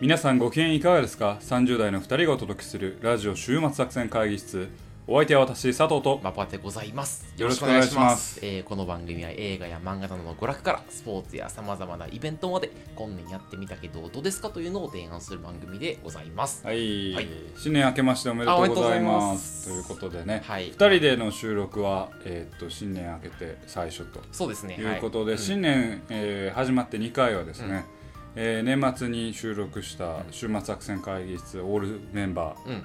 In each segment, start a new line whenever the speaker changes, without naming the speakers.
皆さんご機嫌いかがですか ?30 代の2人がお届けするラジオ週末作戦会議室お相手は私佐藤と
マパでございます。
よろしくお願いします
えーこの番組は映画や漫画などの娯楽からスポーツやさまざまなイベントまで今年やってみたけどどうですかというのを提案する番組でございます。
はい、
はい
新年明けましておめでとうございます
あおめで
と
とうございます
いうことでね、
はい
2人での収録は、えーっと新年明けて最初と
そうですね。
いうことで、
はい
新年、えー始まって2回はですね、えー年末に収録した週末作戦会議室オールメンバー
うん、うん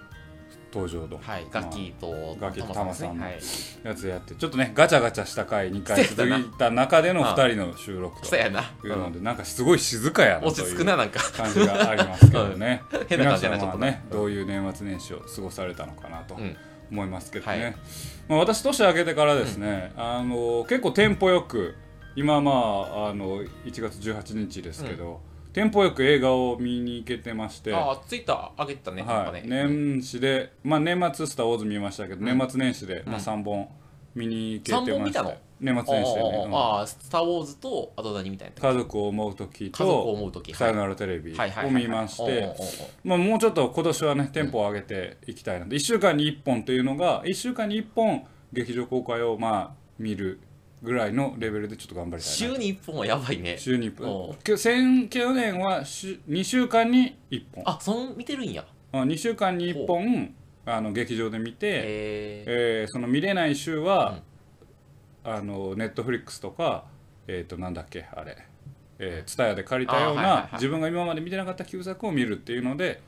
登場の
はい、ガッキーと
ガッキーと
タマですね
タマさんの
はい、
やつやってちょっとねガチャガチャした回2回
そうや
続
ったない
た中での2人の収録と
そうやな。
いうのでなんかすごい静かやな
落
と
ち
い
着くな
う
なんか。
感じがありますけどね
変
皆
な感じ
さ
やな
ん
ちょっ
は
と
ね
ね。
どういう年末年始を過ごされたのかなと
うん、
思いますけど
は
ね
い
まあ私年明けてからですねあの結構テンポよく今まああの1月18日ですけどテンポよく映画を見に行けてまして
ああ、ツイッター上げてたね。なんか
は
ね
い、年始で、まあ、年末スター・ウォーズ見ましたけど、
ん
年末年始で、まあ、
うん
3本見に行けて
三本
まし
見
た
た
よ
の
年末年始でね、うん
ああ、スター・ウォーズと、あと何みたいな。
家族を思う時
家族を
と
思うとき。
「さよ
はい
ならテレビ」
はいはい
を
はい
見まし
おうおうお
て
うおう
まあもうちょっと今年はねテンポを上げていきたいので1週間に1本というのが1週間に1本劇場公開をまあ見るぐらいのレベルでちょっと頑張りたいな
週に一本はやばいね。
週に1
お
本きょ先去年は2週間に1本
あ、そん見てるんや。
2週間に1本あの劇場で見て、
へえ。
えーその見れない週は、あのネットフリックスとかえっ、となんだっけあれえー、ツタヤで借りたよう
あーはいはいは
ない自分が今まで見てなかった旧作を見るっていうので、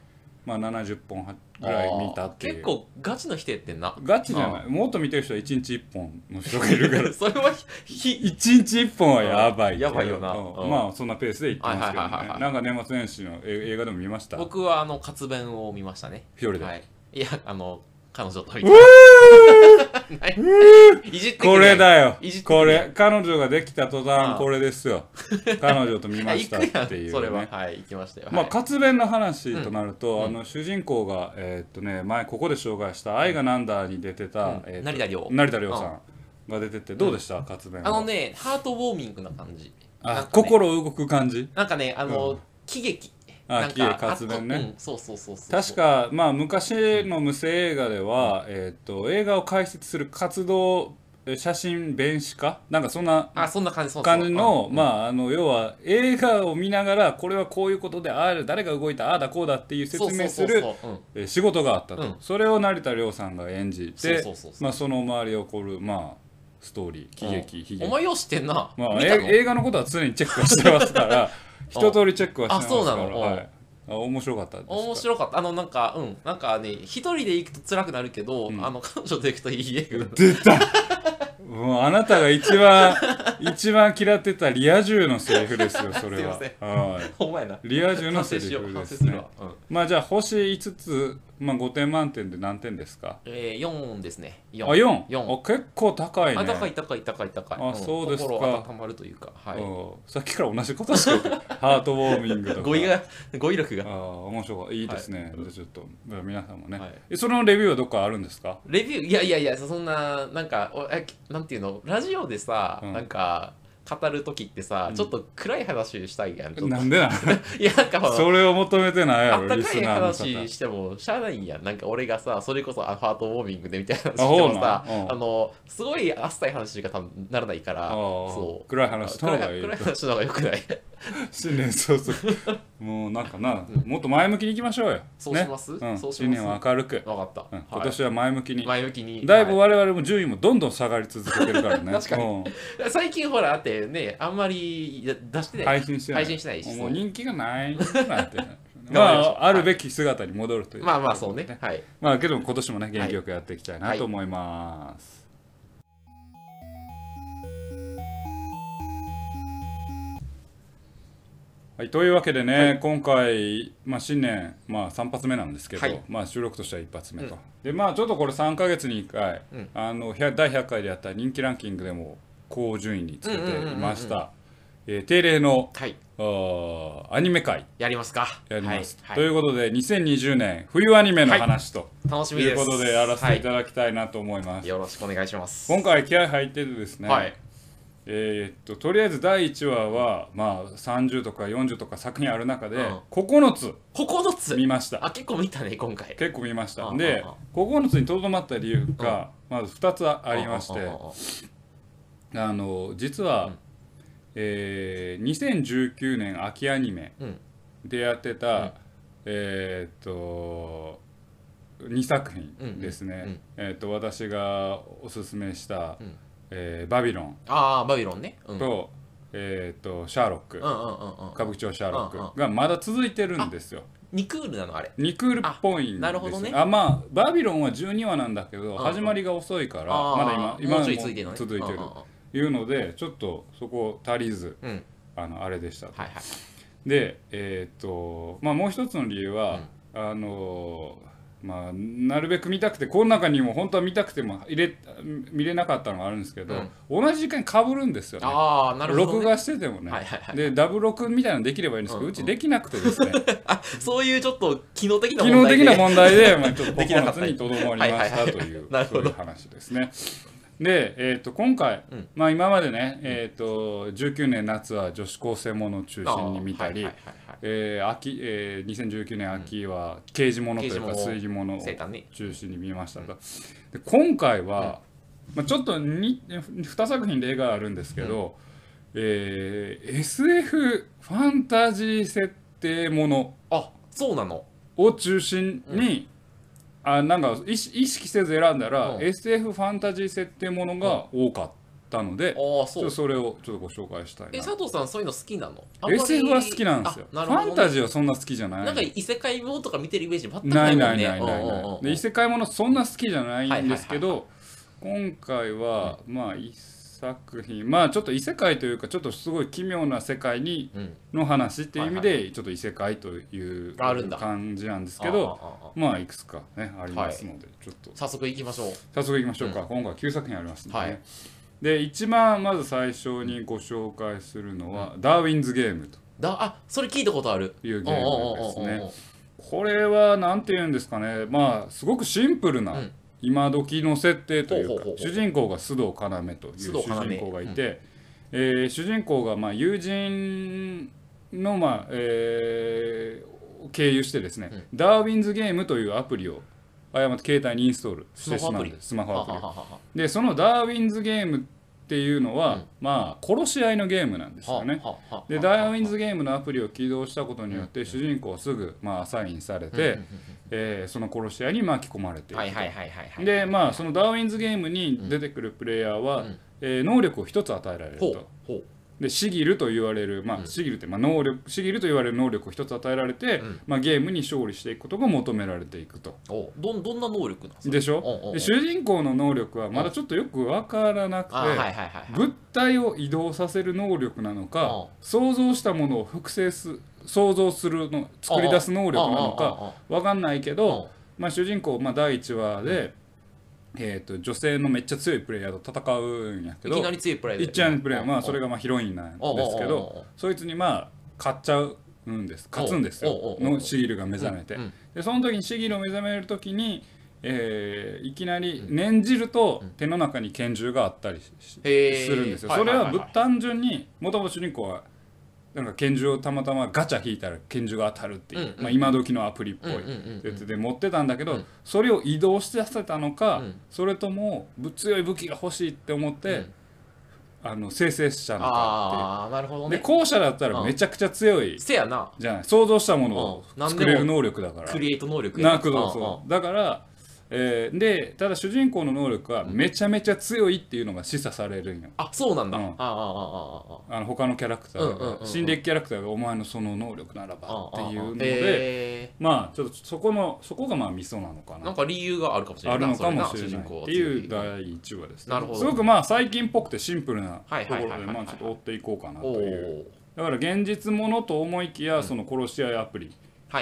まあ、70本 はぐらい見たっていう
結構ガチの否定ってんな。
ガチじゃないもっと見てる人は1日1本の人がいるから
それはひ、ひ、
1日1本はやばい
やばいよな
うん
うん
まあそんなペースでいってますけど
はいはいはいは
ね
い
なんか年末年始のえ映画でも見ました
僕はあの、活弁を見ましたね。
一人で
はい。いや、あの、彼女と見て。いじってく
これだよ
いじっ。てくれ
これ、彼女ができた途
あ
端、
あ
これです よ。彼女と見ま
あ
し
行
た
くや
っ
ん
ていう、ね。
それは。はい、行きましたよ。
まあ、
はい
活弁の話となると、
うん
あの主人公が、えーっとね、前ここで紹介した「愛がなんだ」に出てた、
うん
えーっと
成田凌
成田凌さんが出ててどうでした、活弁は
あのね、ハートウォーミングな感じ。
あ
なんかね
心動く感じ
なんかね、あ
う
の
ん、
喜劇。
あ
なん
喜劇
か
活弁ね
あうんそうそうそうそう。
確。か、まあ、昔の無声映画では、えーっと映画を解説する活動え写真弁士家なんかそんな
あ、そんな感じ、そうそう
感じの、
うん
まあ、あの要は映画を見ながらこれはこういうことである誰が動いたああだこうだっていう説明する
そうそうそうそううん
えー仕事があったと、
うん
それを成田凌さんが演じて
そうそうそうそう
まあその周り起こる、まあ、ストーリー喜劇悲
お
劇、
前よう知ってんな。
まあ、
見
え
たの
映画のことは常にチェックはしてますから 一通りチェックはしてますから
あそうなの
はい、あ面白かったです
面白かった。あの、なんか、うん、なんかね、一人で行くと辛くなるけど、
ん
あの、彼女と行くといい映画だ
出た もうあなたが一番 一番嫌ってたリア充のセリフですよそれは
すい
はい
お前な。
リア充の
反
セ
省
リ
しよ
フ
う、
で
反省
す
する
ね
わ。うん
まあじゃあ星5つ、まあ、5点満点で何点ですか
えー、4ですね。4。
あ4
四
あ結構高いね
あ、高い高い高い高い。
あそうですか
心温まるというか、は
う
い。
んさっきから同じことしか言 ってないハートウォーミングとか
語彙が、 語彙力
あ
が。
あ面白かったいいですね、
はい
じゃあちょっとじゃあ皆さんもね、
はい
えそのレビューはどっかあるんですか
レビュー、いやいやいや、そんな、なんか、おえなんていうの、ラジオでさ、
うん
なんか、語るときってさ、ちょっと暗い話したいやん。ちょっと
なん でなん
いや、なんかほら、
それを求めてないや
あっ
ろ
た
リ
か
ス
い
ナーの
話
方
してもしゃあないやん。なんか俺がさ、それこそあハートウォーミングでみたいな
あ
話
ほ
して
う
も
なん
さ、
うん
あの、すごいあっさい話が多分ならないから、
あ
そ
あ
う。
暗い話した方がいい
暗い暗話の方がよくない。
新年早々もうなんかな、もっと前向きにいきましょうよ
そうします
ねうん、
そうします
新年は明るく、
わかった。
うん
はい
今年は前向きに、
前向きに。
だいぶ
は
我々も順位もどんどん下がり続けてるからね
確かに
うん
い最近ほら、だってね、あんまりや出してない。
配信してない
配信してないし
もう人気がない なんてま
頑張りましょう
ああるべき姿に戻るという
まあまあそうね。はい。
まあけども今年もね元気よくやっていきたいなと思います、はいというわけでね、今回、まあ、新年、まあ、3発目なんですけど、
はい
まあ、収録としては1発目と、でまあちょっとこれ3か月に1回、
うん
あの100第100回でやった人気ランキングでも高順位につけていまし
うん
たえー定例の
はい。
あーアニメ会
やりますか。
やります、
はい。
と
はい
いうことで2020年冬アニメの話と、
楽し
と
み
い
で
う
す。
ことでやらせてい
は
ただきたいなと思います、
いよろしくお願いします。
今回気合入っててですね、
はい。
えーっととりあえず第1話は、まあ、30とか40とか作品ある中で、
うん
9つ
9つ
見ました
あ結構見たね今回
結構見ました
うん
で
うん
9つにとどまった理由が、まず2つありまして
うんうんうんうん
あの実は、
うん
えー2019年秋アニメ
うん
でやってた、
うん
えーっと2作品ですね、
うんうんうん
えーっと私がおすすめした「
うん
えーバビロン
ああバビロンねうんうんうん
と」えーっと「シャーロック」
うんうん
歌舞伎町シャーロ
うん
ッ
うん
クがまだ続いてるんですよ。
2クールなのあれ
2クールっぽいんですよ
あなるほどね
あまあバビロンは12話なんだけど
ん
始まりが遅いから
あー
まだ今今
も
の
うちょ
も
い続いてるのね
続いてる
うんうん
いうのでちょっとそこ足りず
うんうん
あのあれでしたと。
はいはい
でえーっとまあもう一つの理由は、あのーまあ、なるべく見たくてこの中にも本当は見たくても入れ見れなかったのがあるんですけど、同じ時間にかぶるんですよね。
ああなるほどね
録画しててもね、
はいはいはい
でダブ録みたいなのできればいいんですけど、
う
うん
うん
ちできなくて ですね
そういうちょっと機能的な
機能的な
もん
問題で、まあ、ちょっと
できなか
9
っ
つ
た
にとどまりましたという、
なるほど
そういう話ですね。で、えー、と今回、
うん
まあ、今までね、えー、と19年夏は女子高生ものを中心に見たり、えー秋えー2019年秋は刑事ものというか
刑事
推
もの
理ものを
生誕ね
中心に見ましたが、で今回は、まあ、ちょっと 2, 2作品例があるんですけど、えー SF ファンタジー設定もの
あそうなの
を中心に、あなんか意識意識せず選んだら、
うん
SF ファンタジー設定ものが多かったので、ちょ
ああ
っ
そ
と
う
それをちょっとご紹介したい
え
な。
佐藤さんそういうの好きなのあんまり
SF は好きなんですよ、
あな
フ
るほどね
ァンタジーはそんな好きじゃない
なんか異世界ものとか見てるイメージ全くな
ないい
も
なんい
ね
ないない
うんうん
な
うん
いで異世界ものそんな好きじゃないんですけど今回はまあ一作品まあちょっと異世界というかちょっとすごい奇妙な世界に
うん
の話っていう意味でちょっと異世界という
あるんだ
感じなんですけ
あ
ど
あああ
まあいくつかねありますのでちょっと
早速行きましょう
早速いきましょうか今回9作品ありますんで
はい
ねで一番まず最初にご紹介するのは「ダーウィンズ・ゲーム」と
だあそれ聞いたことある
いう
うんう
ゲ
ん
ームです
うんうん
ね
うん
これは何て言うんですかねまあすごくシンプルな、
うん
今時の設定というか
ほうほうほうほう
主人公が須藤要という主
須藤要
人公がいて、えー主人公がまあ友人のまあ、えー経由してですね、ダーウィンズゲームというアプリを誤って携帯にインストールしてしまうんですスマホ
は
アプリ
ははは
でそのダーウィンズゲームっていうのは、
うん
まあ殺し合いのゲームなんですよね。
ははは
でダーウィンズゲームのアプリを起動したことによって主人公はすぐまあアサインされ
うんうん
てえーその殺し合いに巻き込まれてい
はいはい
く
はいはいは
と
い
でまあそのダーウィンズゲームに出てくるプレイヤーは
うん
えー能力を一つ与えられる
ほう
と
ほう
でシギルと言われるまあシギルってまあ能力シギルと言われる能力を一つ与えられて
うん
まあゲームに勝利していくことが求められていくと
おどんどんな能力なんすか
でしょ
おうおうおう
で主人公の能力はまだちょっとよくわからなくて
あはいはいはいはい
物体を移動させる能力なのか
う
想像したものを複製す想像するの作り出す能力なの
うんうんうん
かわかんないけ
うん
ど、まあ、主人公、まあ、第1話で、えー、と女性のめっちゃ強いプレイヤーと戦うんやけ
いき
ど
なり強いプレイ
一応のプレイヤー、まあ、それ
が
がまあヒロインなんですけどそいつにまあ勝っちゃうんです勝つんです
おうおう
よ
おうおう
のシギルが目覚めて
うんうん。
でその時にシギルを目覚める時にえーいきなり念じると手の中に拳銃があったりしし
へー
するんですよ。
はい
そ
はい
れ
はい
はぶ単純にもともと主人公はなんか拳銃をたまたまガチャ引いたら拳銃が当たるっていう、
うんうん
まあ、今時のアプリっぽい
うんうんうんうん
やつで持ってたんだけど、
うん
それを移動してさせたのか、
うん
それともぶ強い武器が欲しいって思って、
うん
あの生成したのか
ああーなるほ
ってい
ど
う。
ね
で後者だったらめちゃくちゃ強い
せやな
じゃない想像したものを
うん
作れる能力だから。
クリエイト能力や
なくど
うん
そうだから、えーでただ主人公の能力はめちゃめちゃ強いっていうのが示唆されるんよ。
あそうなんだ、
うん
ああああ
あの他のキャラクターが、
うんうんうんうん
心霊キャラクターがお前のその能力なら
ああ
ばって
ああ
いうので
え
まあちょっとそこのそこがまあミソなのか
ー、な
なん
か理由があるかもしれな
あ
い
る
な
のかもしれ
そ
な
ない主人公
っ
は
ていう第1話です、
なるほど
すごくまあ最近っぽくてシンプルな
は
と
い
こ
はいはい
ろ
は
で
い
まあちょっと追っていこうかなと
おお
いう
ー
だから現実ものと思いきやその殺し合いアプリ
は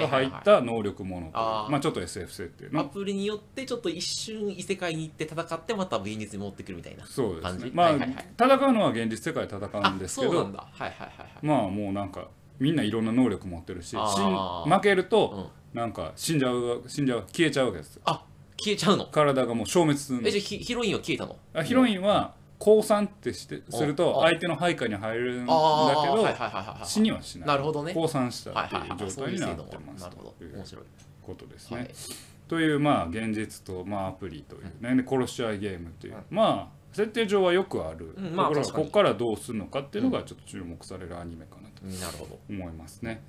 が
いは
入
い
っ
は
た能力ものという
あー
まあちょっと SF 設定
いア
の
プリによってちょっと一瞬異世界に行って戦ってまた現実に持ってくるみたいな
そうです
感じ
ね。まあ、
はいはいはい
戦うのは現実世界で戦うんですけ
そうな
ど
ん、だはいはいはいはい
まあもうなんかみんないろんな能力持ってるし、
あ
死
ー
ん負けると、なんか死んじゃう死んじゃう消えちゃうわけですよ。
あ消えちゃうの
体がもう消滅するんで
え
す
じゃあヒヒロインは消えたの
あヒロインは降参ってして
お
すると
お
相手の配下に入るんだけ
ああー、はいはい
ど
はいはいはい。
死にはしない
なるほどね
降参した
は
っ
い
てい
はいは
う
い
状
そう
態
い
に
う制
な
度
って
も
ま
な
す
るほ
とい
ど。面
う
白い。
ことです
は
ね
い。。
というまあ現実とまあアプリというねで殺し合いゲームというまあ設定上はよくある
うん
と
まあ
ころが
確か
こ
に
こからどうするのかっていうのがちょっと注目されるアニメかなと
なるほど。
思いますね。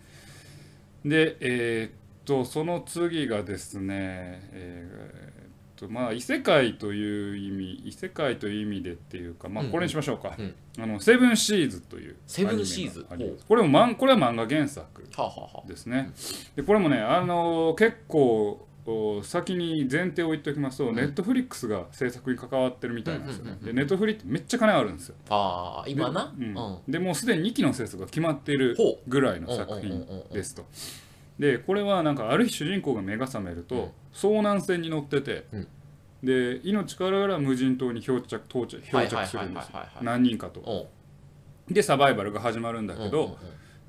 で、えーっと、その次がですね、えーっと、まあ、異世界という意味、異世界という意味でっていうか、まあ、
うんうん
これにしましょうか。
うん
あの、セブンシーズという。
セブンシーズ
アニメがありますこれも、まん、これは漫画原作
はあ、はあはあ、
ですね。で、これもね、あのー結構。お先に前提を言っておきますと、ネットフリックスが制作に関わってるみたいなんですよね
う。んうんうん
で、ネットフリってめっちゃ金あるんですよ。
ああ、今な。
で
うん。
うん
ほ
でもうすでに2期の制作が決まっている
ほ
ぐらいの作品ですと。でこれはなんかある日主人公が目が覚めると、
うん
遭難船に乗ってて、
うん
で命からがら無人島に漂着到着漂着するんですよ
はいはいはいはいはいはい
何人かと。
う。
でサバイバルが始まるんだけど、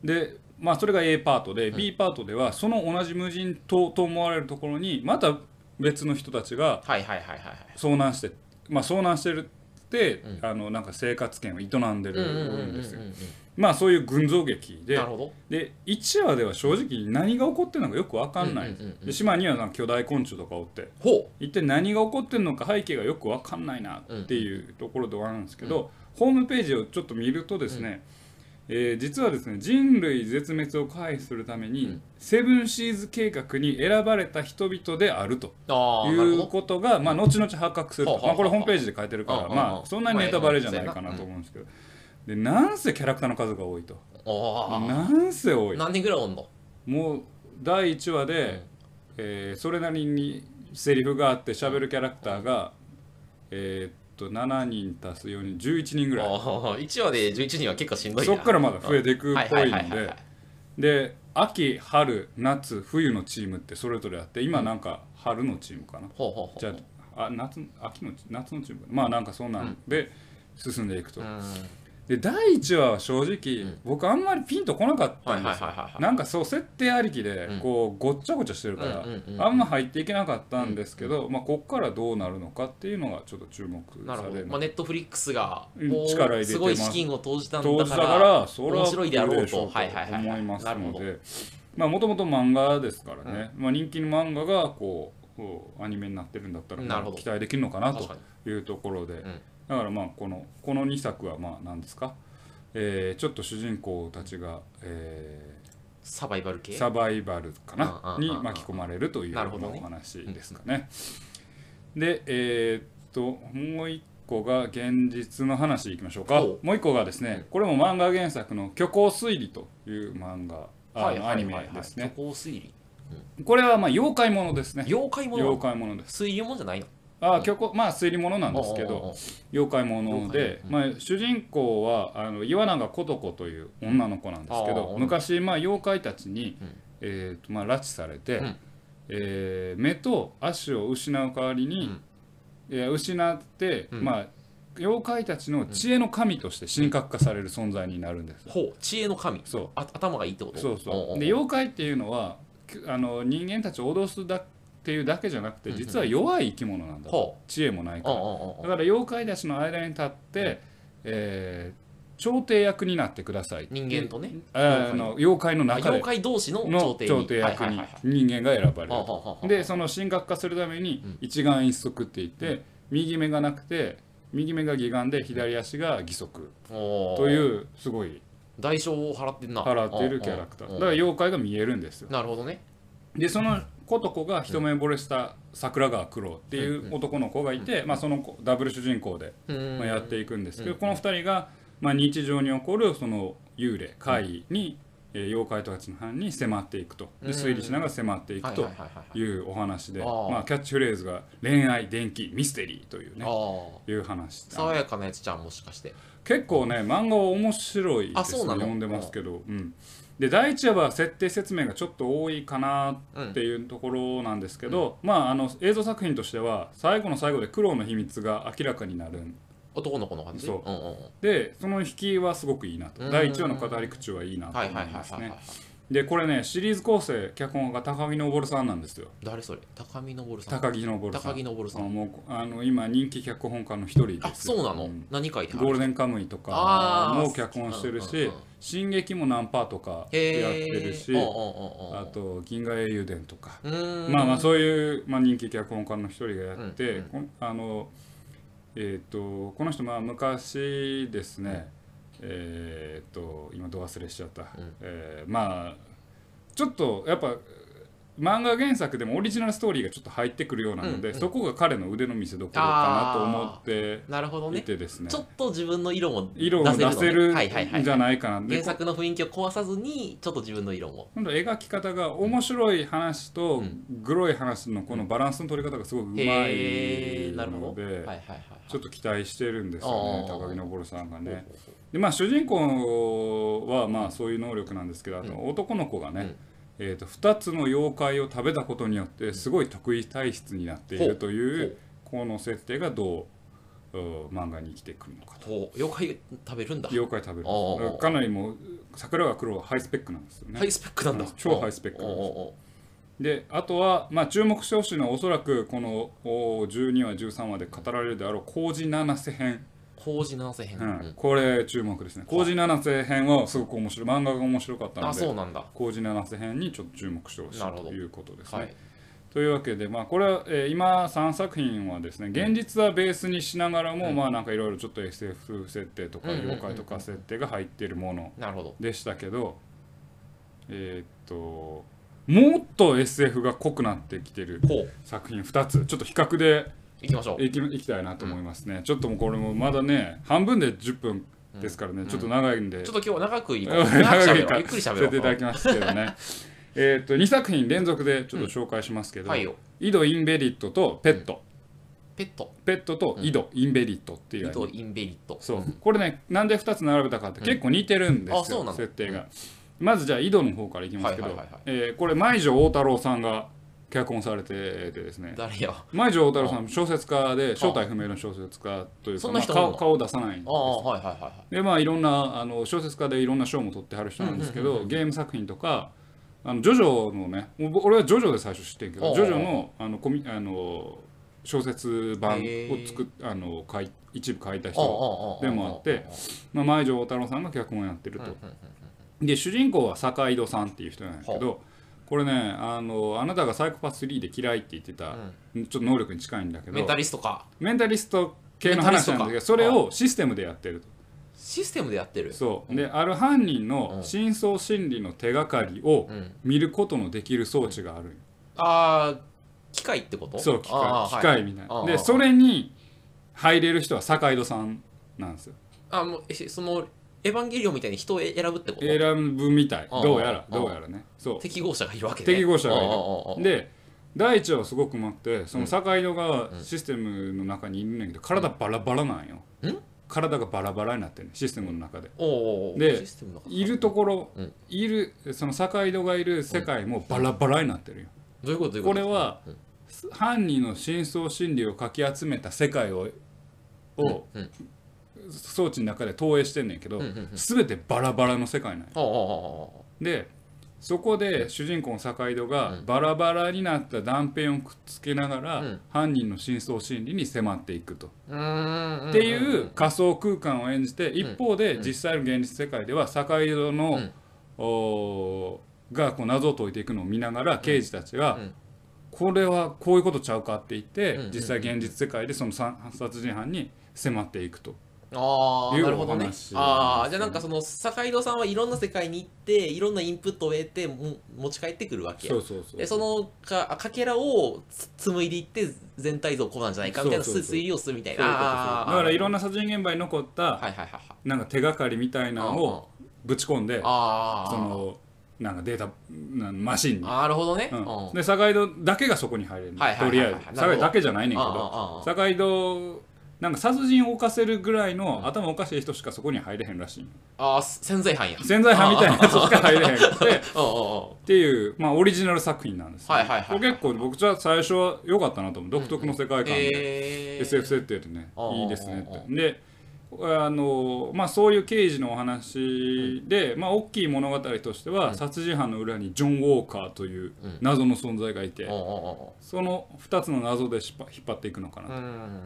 でまあそれが A パートで、
ん
B パートではその同じ無人島と思われるところにまた別の人たちが
はいはいはいはいはい。
遭難して、まあ、遭難してるって、
うん
あのなんか生活圏を営んで
うんうんうんう
る
ん
ん
うん
ですよ。まあそういう群像劇で
なるほど。
で1話では正直何が起こってるのかよく分かんない、
うんうんうんうん
で島にはなんか巨大昆虫とかおって
ほ
一体何が起こってるのか背景がよく分かんないなっていうところで終わるんですけど、ホームページをちょっと見るとですね、えー実はですね人類絶滅を回避するために、
うん
セブンシーズ計画に選ばれた人々であると
う。ああ、
い
なるほ
う
ど。
ことが、まあ、後々発覚する
ほう
と、
ほう
まあ、これ
ほ
ホ
う
ームページで書いてるか
うん
ら、
うんうん
まあ、そんなにネタバレじゃないかなと思うんですけどでなんせキャラクターの数が多いと
あ
なんせ多
あ。
い
何年ぐらいおんの
もう第1話で、
うん
えーそれなりにセリフがあって喋るキャラクターが、えーっと7人足す4人11人ぐらい
ああ、1話で11人は結構しんどいな。
そっからまだ増えていくっぽい
は
ん
はは
で
は
で秋春夏冬のチームってそれぞれあって今なんか春のチームかな、
ほうほうほう。
じゃああ夏秋の夏のチームかなまあなんかそんなんで進んでいくと、
うん。はい
で第1話は正直、
うん
僕あんまりピンとこなかった
はいは
んで
い
すよ、
はいはい。
なんかそう設定ありきで
うん
こうごっちゃごちゃしてるから
うんうんうんうん
あんま入っていけなかったんですけどまあこっからどうなるのかっていうのがちょっと注目
なる
さ
ほ
れ
ど。
る
まあ、ネットフリックスが、
うん
もう
力入れてます
すごい資金を投じたん
当
だ
時
か
だ
ら、
からそれは
面白いであろう
来る
と。はいはいはい
思
はいい。
ます
なる
の
ほど。
でまあもともと漫画ですからねまあ人気の漫画がこうこうアニメになってるんだったら
なる
ま
ほ
あ
ど
期待できるのかな
確か
というところで
ん
だからまあこのこの2作はまあ何ですかえーちょっと主人公たちがえー
サバイバル系
サバイバルか
うん
な
うんうん
に
うん
巻き込まれるという
なるほど
まあ
ね
お話ですかね。でえーっともう一個が現実の話いきましょうか
おう
もう一個がですねこれも漫画原作の「虚構推理」という漫画あのアニメですね
虚構推理。
これはまあ妖怪ものですね
妖怪も
妖
の
怪ものです
推理ものじゃないの
あー虚構まあ推理ものなんですけ
おうおうお
ど
う
妖怪もので
妖怪も
まあ主人公はあの岩永琴子という女の子なんですけ
あ
ど
ー
昔まあ妖怪たちに
うん
えーとまあ、拉致されて、
うん
えー目と足を失う代わりに、いや失って、
うん
まあ、妖怪たちの知恵の神として神格化される存在になるんです。
ほう、知恵の神。
そう
あ頭がいいってこと
そうそうん
んん
で妖怪っていうのはきあの人間たちを脅すだっていうだけじゃなくて
うんうん
実は弱い生き物なんだと、
ほ
知恵もな
う
い
うん
か
う
ら。
んうん
だから妖怪たちの間に立って、
うん
えー調停役になってください
人間とね
ああの妖怪の
あ
中
妖
で
怪同士の
の
朝廷に
調停役
はい
に
はいはい
人間が選ばれる
はいはあはあはあ
でその神格化するために
うん
一眼一足って言って、
う
右目がなくて右目が義眼で左足が義足
おー
というすごい
代償を払ってんな
払ってるキャラクター
うん
だ
うん
から妖怪が見えるんですよ
なるほどね
でその子と子が一目惚れした桜川九郎っていう男の子がいて、まあ、その子ダブル主人公でま
ま
あやっていくんですけど、
うん
この2人が、まあ、日常に起こるその幽霊怪異に、えー妖怪たちの犯に迫っていくとで
うん
推理しながら迫っていくと
はいはいはいはい
いうお話で、
あー
まあ、キャッチフレーズが「恋愛電気ミステリー」という
あ
ね
ー
いう話
爽やかなやつじゃんもしかして
結構ね漫画は面白いで
あ
す
そ
ね
うなの
読んでますけど、うん、で第一話は設定説明がちょっと多いかなっていうところなんですけど、まああの映像作品としては最後の最後で苦労の秘密が明らかになるん
男の子の感じ
そうん
うんうん
でその引きはすごくいいなと
うん
第1話の語り口はいいなと
は
思
い
い
はいはい
ま
は
す
いはい
ね
は
でこれねシリーズ構成脚本が高木昇さんなんですよ
誰それ高見昇さん
高木昇さん
高木昇さん
あもうあの今人気脚本家の一人です
あそうなの、
ん
何書いてあ
ゴール
る
デンカムイとか
あー
も脚本してるし、
うんうんうん
進撃も何パーとかやっ
へー
てるし、
うんうんうんうん
あと銀河英雄伝とか、
うーん
まあまあそういう、まあ、人気脚本家の一人がやって、
うんうん
こんあのえっ、とこの人まあ昔ですね、えっ、と今ど忘れしちゃった、
うん
えーまあちょっとやっぱ漫画原作でもオリジナルストーリーがちょっと入ってくるようなので、
うんうん
そこが彼の腕の見せどころかなと思って
なるほど
い
ね
てですね
ちょっと自分の色も
色を出せ
の
る
ねはいはいはい
んじゃないかなで
原作の雰囲気を壊さずにちょっと自分の色も
今度描き方が面白い話と
うん
グロい話のこのバランスの取り方がすごくうまい
へーなる
の
ほど
で、
はいはいはいはい
ちょっと期待してるんですよね
あー
高木昇さんが
ほう
ね。
ほうほう
でまあ主人公はまあそういう能力なんですけどあと
うん
男の子がね、
うん
えー、と2つの妖怪を食べたことによってすごい得意体質になってい
ほう
るとい
ほ
うこの設定がどううん漫画に生きてくるのかと。
ほう妖怪食べるんだ
妖怪食べる
あー
だからかなりもう桜が黒はハイスペックなんですよね
ハ。イスペックなんだ
うん超ハイスペック
おうおうおう
であとは、まあ、注目してほしいのはおそらくこのお12話13話で語られるであろう麹七瀬編、
麹七瀬編
う
うんん
これ注目ですね麹七瀬編はすごく面白い漫画が面白かったの
あそう
で
なんだ
麹七瀬編にちょっと注目してほしい
なるほど
ということですね。
はい
というわけで、まあ、これは、えー今3作品はですね現実はベースにしながらも、
うん
まあなんかいろいろちょっと SF 設定とか
うんうんうんうん
妖怪とか設定が入っているもの
なるほど
でしたけどえーっともっと SF が濃くなってきてる
ほう
作品2つちょっと比較で
行きましょう
いきいきたいなと思いますね、ちょっともうこれもまだね半分で10分ですからね、
うん
ちょっと長いんで
ちょっと今日は長くいこう
長い
長くしゃべ
か
ろうゆっくりしゃべ
さ
ろ
せていただ
う
きますけどね えーっと2作品連続でちょっと紹介しますけど、
はいよ
井戸インベリットとペット、
ペット
ペットと井戸インベリットっていうアニメ、
糸インベリット
そうこれねなんで2つ並べたかって結構似てるんですよ、
うんあそうなの
設定が、まずじゃあ井戸の方からいきますけど、
はいはいはいはい
えーこれ舞女大太郎さんが脚本されててですね
誰や
舞女大太郎さん小説家で正体不明の小説家というか
そん
まあ
な人
顔
おんの
顔を出さないんで
ああはいはいはいはい
でまあいろんなあの小説家でいろんな賞も取ってはる人なんですけど、ゲーム作品とかあのジョジョのねもう僕俺はジョジョで最初知ってるけ
おうお
ど
う
ジョジョのあのコミあの小説版を作っあの書い一部書いた人でもあってまあ、前城太郎さんが脚本をやってると、で主人公は坂井戸さんっていう人なんやけどこれねあのあなたがサイコパス3で嫌いって言ってた、ちょっと能力に近いんだけど
メンタリストか
メンタリスト系の話なんだけ
メンタリ
ど
ストか
それをシステムでやってると
システムでやってる
そうである犯人の真相心理の手がかりを
うん
見ることのできる装置があるんよ
ああ機械ってこと
そう機
あ
械
ー
機械みたい
あ
な
ー
でそれに入れる人は坂井戸さんなんですよ
あもうえそのエヴァンゲリオンみたいに人を選ぶってこと
選ぶみたい
あー
どうやら
あー
どうやらねそう
適合者がいるわけね
適合者がいる
あーあーあー
で第一はすごくうまくてその坂井戸がシステムの中にいるんだけど体バラバラなんよ
ん
体がバラバラになってるねシステムの中で
おうおうおう
で
システムの中
いるところ
うん
いるその坂井戸がいる世界もバラバラになってるよ
どういうことどういう
こ
こ
れ
と
は
うん
犯人の真相心理をかき集めた世界をを
うんうん
装置の中で投影してんねんけど
うんうんうん
全てバラバラの世界なんよ
あーあーあー
でそこで主人公の坂井戸が
うん
バラバラになった断片をくっつけながら
うん
犯人の真相心理に迫っていくと、
うーん
っていう仮想空間を演じて一方で実際の現実世界では坂井戸の、
うん
おーがこう謎を解いていくのを見ながら刑事たちが、
うん
これはこういうことちゃうかって言って、
うんうん
実際現実世界でそのさ殺人犯に迫っていくと。
ああ
いう
なるほど
お
ね
話
ああじゃあなんかその坂井戸さんはいろんな世界に行っていろんなインプットを得ても持ち帰ってくるわけや
そうそうそう
でそのかかけらをつ紡いでいって全体像こうなんじゃないかみたいな
そうそうそう
推理をするみたい
そういうこと
な
そうだからいろん
な
な殺人現場に残った
はいはいはいはい
なんか手がかりみたいなのをぶち込んで
ああ
そのなんかデータなんマシンに、
なるほどね、
う
うんん
で坂井戸だけがそこに入れるの
はいはい
と
はい
り
はい
あえず坂井戸だけじゃないねんけ
ああ
ど
ああああ
坂井戸なんか殺人を犯せるぐらいの頭おかしい人しかそこに入れへんらしい
ああ潜在犯や
潜在犯みたいなやつしか入れへんくて
うんうんうん
っていう、まあ、オリジナル作品なんですよ
はいはいはい
これ結構僕は最初は良かったなと思う独特の世界観で、
えー
SF 設定でね
あー
いいですね
あーあ
ってであのまあ、そういう刑事のお話で、まあ、大きい物語としては、殺人犯の裏にジョン・ウォーカーという
うん
謎の存在がいて、
おうお
その2つの謎でしっぱ引っ張っていくのかな
うおう
と、
うんうんうんうん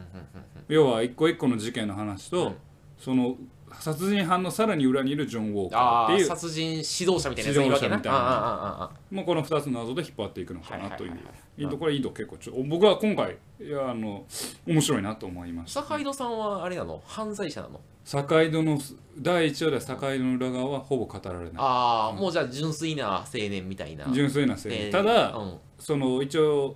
要は一個一個の事件の話と、
うん
その殺人犯のさらに裏にいるジョン・ウォーカ
あ
ーっ
あ
ていう
殺人指導者みたいなやつがいるわけ
指導
な
者みたいな
あああああ
もうこの2つの謎で引っ張っていくのかなという、
はいいはいはい
いところいいとこ結構ちょ僕は今回いやあの面白いなと思いました
坂井戸さんはあれなの犯罪者なの
坂井戸の第1話では坂井戸の裏側はほぼ語られない
ああもうじゃあ純粋な青年みたいな
純粋な青年、
えー
ただ、
うん
その一応、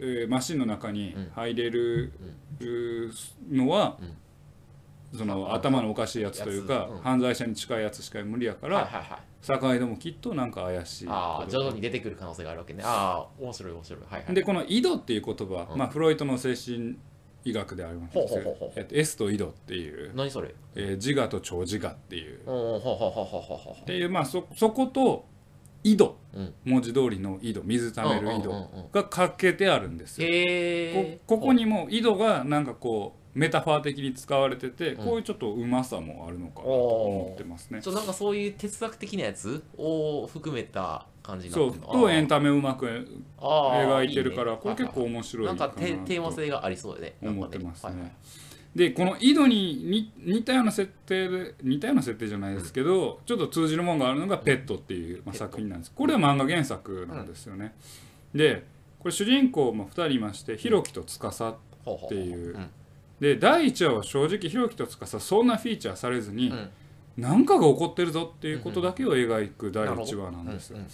えーマシンの中に
うん
入れる、うーのは、その頭のおかしいやつという
や
か、
つうん
犯罪者に近いやつしか無理やから、
はいはいはい
坂井戸もきっとなんか怪しい
ああ徐々
に
に出てくる可能性があるわけねああ面白い面白いはいはい
でこの「井戸」っていう言葉、
うん
まあ、フロイトの精神医学でありますけど
ほうほうほうほう
えっと S と井戸っていう、
何それ
えー自我と超自我っていう
おおほうほうほうほうほうほう
っていうまあそそこと井戸、
うん
文字通りの井戸水ためる井
うんうん
戸
うんうん
がかけてあるんですよ
へえ
こここにも井戸がなんかこうメタファー的に使われてて、
うん
こういうちょっとうまさもあるのかなと思ってますね。
ちょなんかそういう哲学的なやつを含めた感じにな
そ
っ
う
てるの
とエン
タ
タメをうまく描いてるからこれ結構面白い
なんか
な
テテーマ
と
性がありそうでねなんか
思ってますね。
はいはい
でこの井戸にに似たような設定で似たような設定じゃないですけど、ちょっと通じるものがあるのが「ペット」っていう、まあ、
ペット
作品なんですこれは漫画原作なんですよね。でこれ主人公も2人いましてひろきと司
ほうほうほ
っていう
うん
で第1話は正直ひろきと司そんなフィーチャーされずに、
うん
なんかが起こってるぞっていうことだけを描く第1話なんですよ。
うんうんうん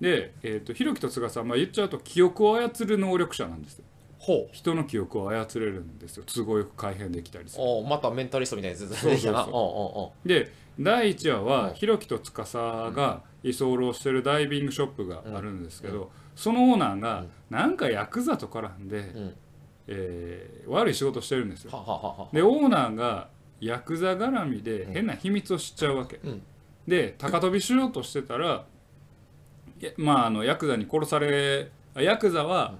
で、えー、とひろきと司、まあ、言っちゃうと記憶を操る能力者なんですよ。
ほう
人の記憶を操れるんですよ都合よく改変できたりする。
おまたメンタリストみたいなやつ出てきたな
そうそう
お
で第1話
う
は
ん
ひろきと司が居候してるダイビングショップがあるんですけど、
う
そのオーナー
う
が
ん
なんかヤクザと絡んで、
うおうおううん
えー悪い仕事してるんですよ。
はははは
でオーナーがヤクザ絡みで変な秘密を知っちゃうわけ、
うん
で高飛びしようとしてたらえまああのヤクザに殺されあヤクザは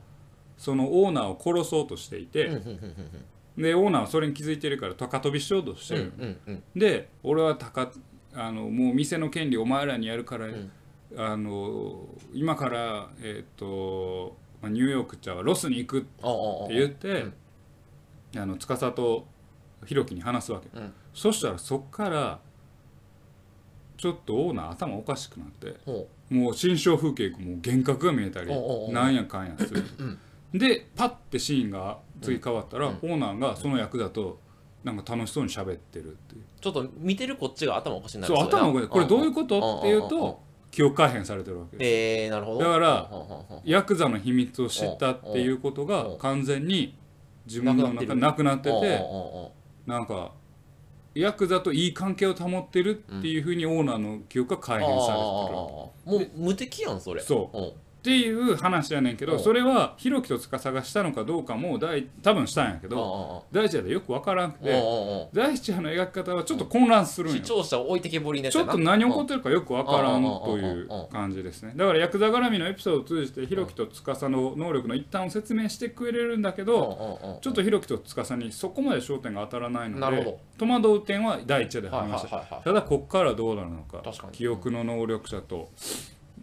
そのオーナーを殺そうとしてい
うんう
て、
んうんうん
でオーナーはそれに気づいてるから高飛びしようとして
うんう
る、
んうん
で俺は高あのもう店の権利お前らにやるから、
ん
あの今から、えっとまあニューヨークちゃうわロスに行くっ
おうおうおう
って言って、あの司と弘樹に話すわけ、
うん
そしたらそっからちょっとオーナー頭おかしくなって
ほ
もう新象風景もう幻覚が見えたり
おうおうおう
なんやかんやする、でパッてシーンが次変わったら、
うん
オーナーがその役だとなんか楽しそうに喋ってるっていう、
うちょっと見てるこっちが頭おかしいな
そう頭おかしいこれどういううこと、
ん
っていうと、
んんん
記憶改変されてるわけです
ええなるほど
だから
うんうんうんうん
ヤクザの秘密を知ったっていうこと
うんう
が
ん
完全に自分の中でな
な
くなって
うんうん
て
うんうん
なんかヤクザといい関係を保ってるっていうふうにオーナーの記憶が改変されてる、っ
あーもう無敵やんそれ
そ
うん
ていう話やねんけ
う
ど
ん
それはひろきと司がしたのかどうかも第多分したんやけど第一話でよく分からなく
うんうんうん
て第一話の描き方はちょっと混乱す
うん
る
うんん視
よ。
聴者を置いてけぼりにな
ちょっと何起こっててるかよく分からんとい
うんうんうんうん
う
うん
感じですねだからヤクザ絡みのエピソードを通じてひろきと司の能力の一端を説明してくれるんだけど
と
ちょっとひろきと司にそこまで焦点が当たらないの
なる
で
ほ
戸惑う点は第一話で
どはいはい
話した
はいはい
ただこっからどうなるのか
確かに
記憶の能力者と、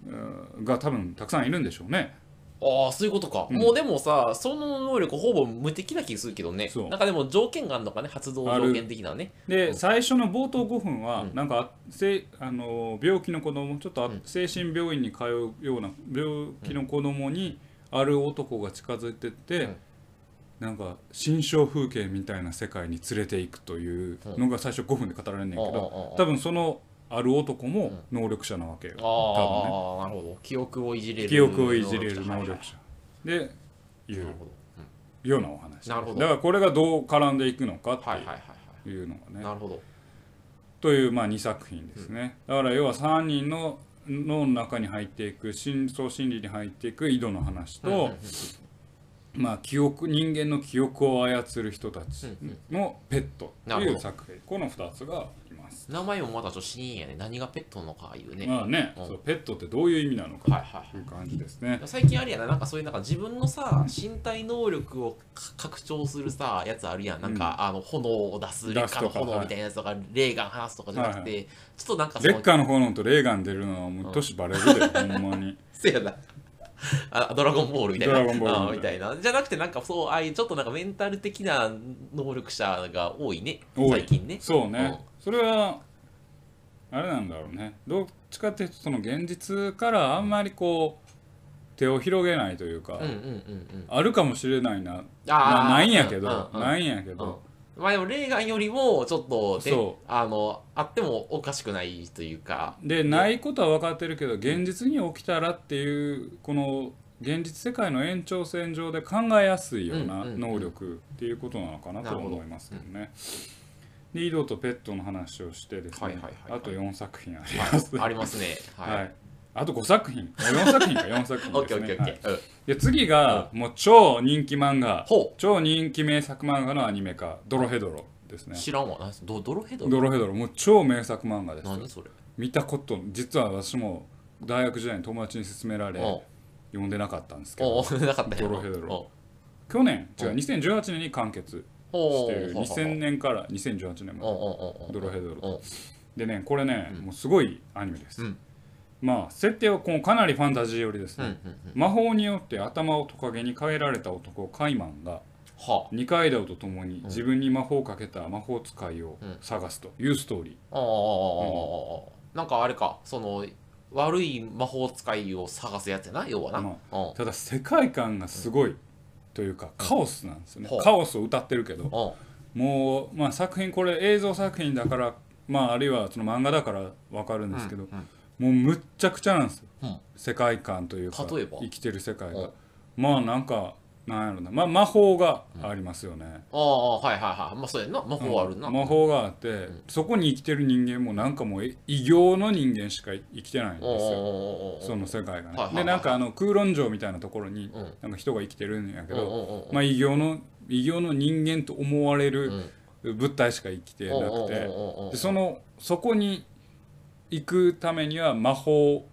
うんが多分たくさんいるんでしょうね
ああそういうことか、
うん
もうでもさその能力ほぼ無敵な気するけどね
そう
なんかでも条件があるのかね発動条件的なね
で、
うん
最初の冒頭5分は、
うん
なんかせあの病気の子供ちょっとあ
うん
精神病院に通うような病気の子供にある男が近づいてって、
うん
なんか新象風景みたいな世界に連れていくというのが最初5分で語られんねんけど、
あ
多分そのある男も能力者なわけよ、
あああ、なるほど記憶をいじれる
記憶をいじれる能
はい
力者でい
はいな
う
るほど
ようなお話
なるほど
だからこれがどう絡んでいくのか
はいはい
っ
はい
ていうのがね、
はいなるほど
というまあ2作品ですね、だから要は3人の脳の中に入っていく深層心理に入っていく井戸の話と、
うんうんうん
まあ、記憶人間の記憶を操る人たちのペットと
な
い
るほ
う
ど
作品この2つがあります。ます。
名前もまだちょっと新やね何がペットなのかいうね、
まあね、
うん
そうペットってどういう意味なのか
はいはい
という感じですね。
最近あれやななんかそういうなんか自分のさ身体能力をか拡張するさやつあるやんなんか、あの炎を出す
出
劣
す
化
と
の
か
炎みたいなやつとか、レーガン放すとかじゃなくて、
は
ちょっとなんかそ
劣
の
化の炎とレーガン出るのはもう年バレる で、ほんまに。
せやなあドラゴンボールみたいな
ドラゴンボール
あみたいなじゃなくてなんかそうああいうちょっとなんかメンタル的な能力者が多いね
多い
最近ね
そう
うん
ね、それはあれなんだろうねどっちかっていうとその現実からあんまりこう手を広げないというか、
うんうんうんうん
あるかもしれないなな
あー
ないんやけど、
うんうん
ないんやけど、
うんまあでもレーガンよりもちょっとね
そ
あのあってもおかしくないというか
でないことは分かってるけど現実に起きたらっていうこの現実世界の延長線上で考えやすいような
うんうんうん
能力っていうことなのかなと
なるほど
思いますけどね。リードとペットの話をしてですね、
はいはいはいはい
あと4作品あります。
ありますねはい、
はい、あと5作品4作 品か4作品
オッケーオッケ
ですね
ーオッケ
はい
ー、うん
で次がもう超人気漫画
ほ
超人気名作漫画のアニメ化「ドロヘドロ」ですね
知らんわ何ドドロヘドロ
ドロヘドロもう超名作漫画です
何それ
見たこと実は私も大学時代に友達に勧められ
おう
読んでなかったんですけ
お
ど
うなかったよ
ドロヘドロ
おう
去年違う
うん
2018年に完結し
ほ
て
う
る2000年から2018年まで
おうおうおうおう
ドロヘドロ
おう
でねこれね
うん
もうすごいアニメです
うん
まあ設定はこうかなりファンタジー寄りです
うんう
ね
んうん
魔法によって頭をトカゲに変えられた男カイマンが
は
二階堂と共に自分に魔法をかけた魔法使いを探すというストーリ
あああああああああなんかあれかその悪い魔法使いを探すやつやな要はな、
ま
うん
ーただ世界観がすごいというかカオスなんですよね
ほう
カオスを歌ってるけど
うん
もうまあ作品これ映像作品だからまああるいはその漫画だからわかるんですけど
うん
もうむっちゃくちゃなんですよ
うん
世界観というか
例えば
生きてる世界
うん
がまあなんかなんやろなまあ魔法がありますよね、
ああはいはいはいまあそうやんな魔法あるな、
魔法があって、そこに生きてる人間もなんかもうえ異形の人間しか生きてないん
おうおう
ですよ
おうおう
その世界がね、
はいはいはい
でなんかあの空論城みたいなところに
うん
なんか人が生きてるんやけ
うん
ど、
うんうん
まあ異形の異形の人間と思われる
うん
物体しか生きてなくて
おうおうおうおうおう
でそのそこに行くためには魔法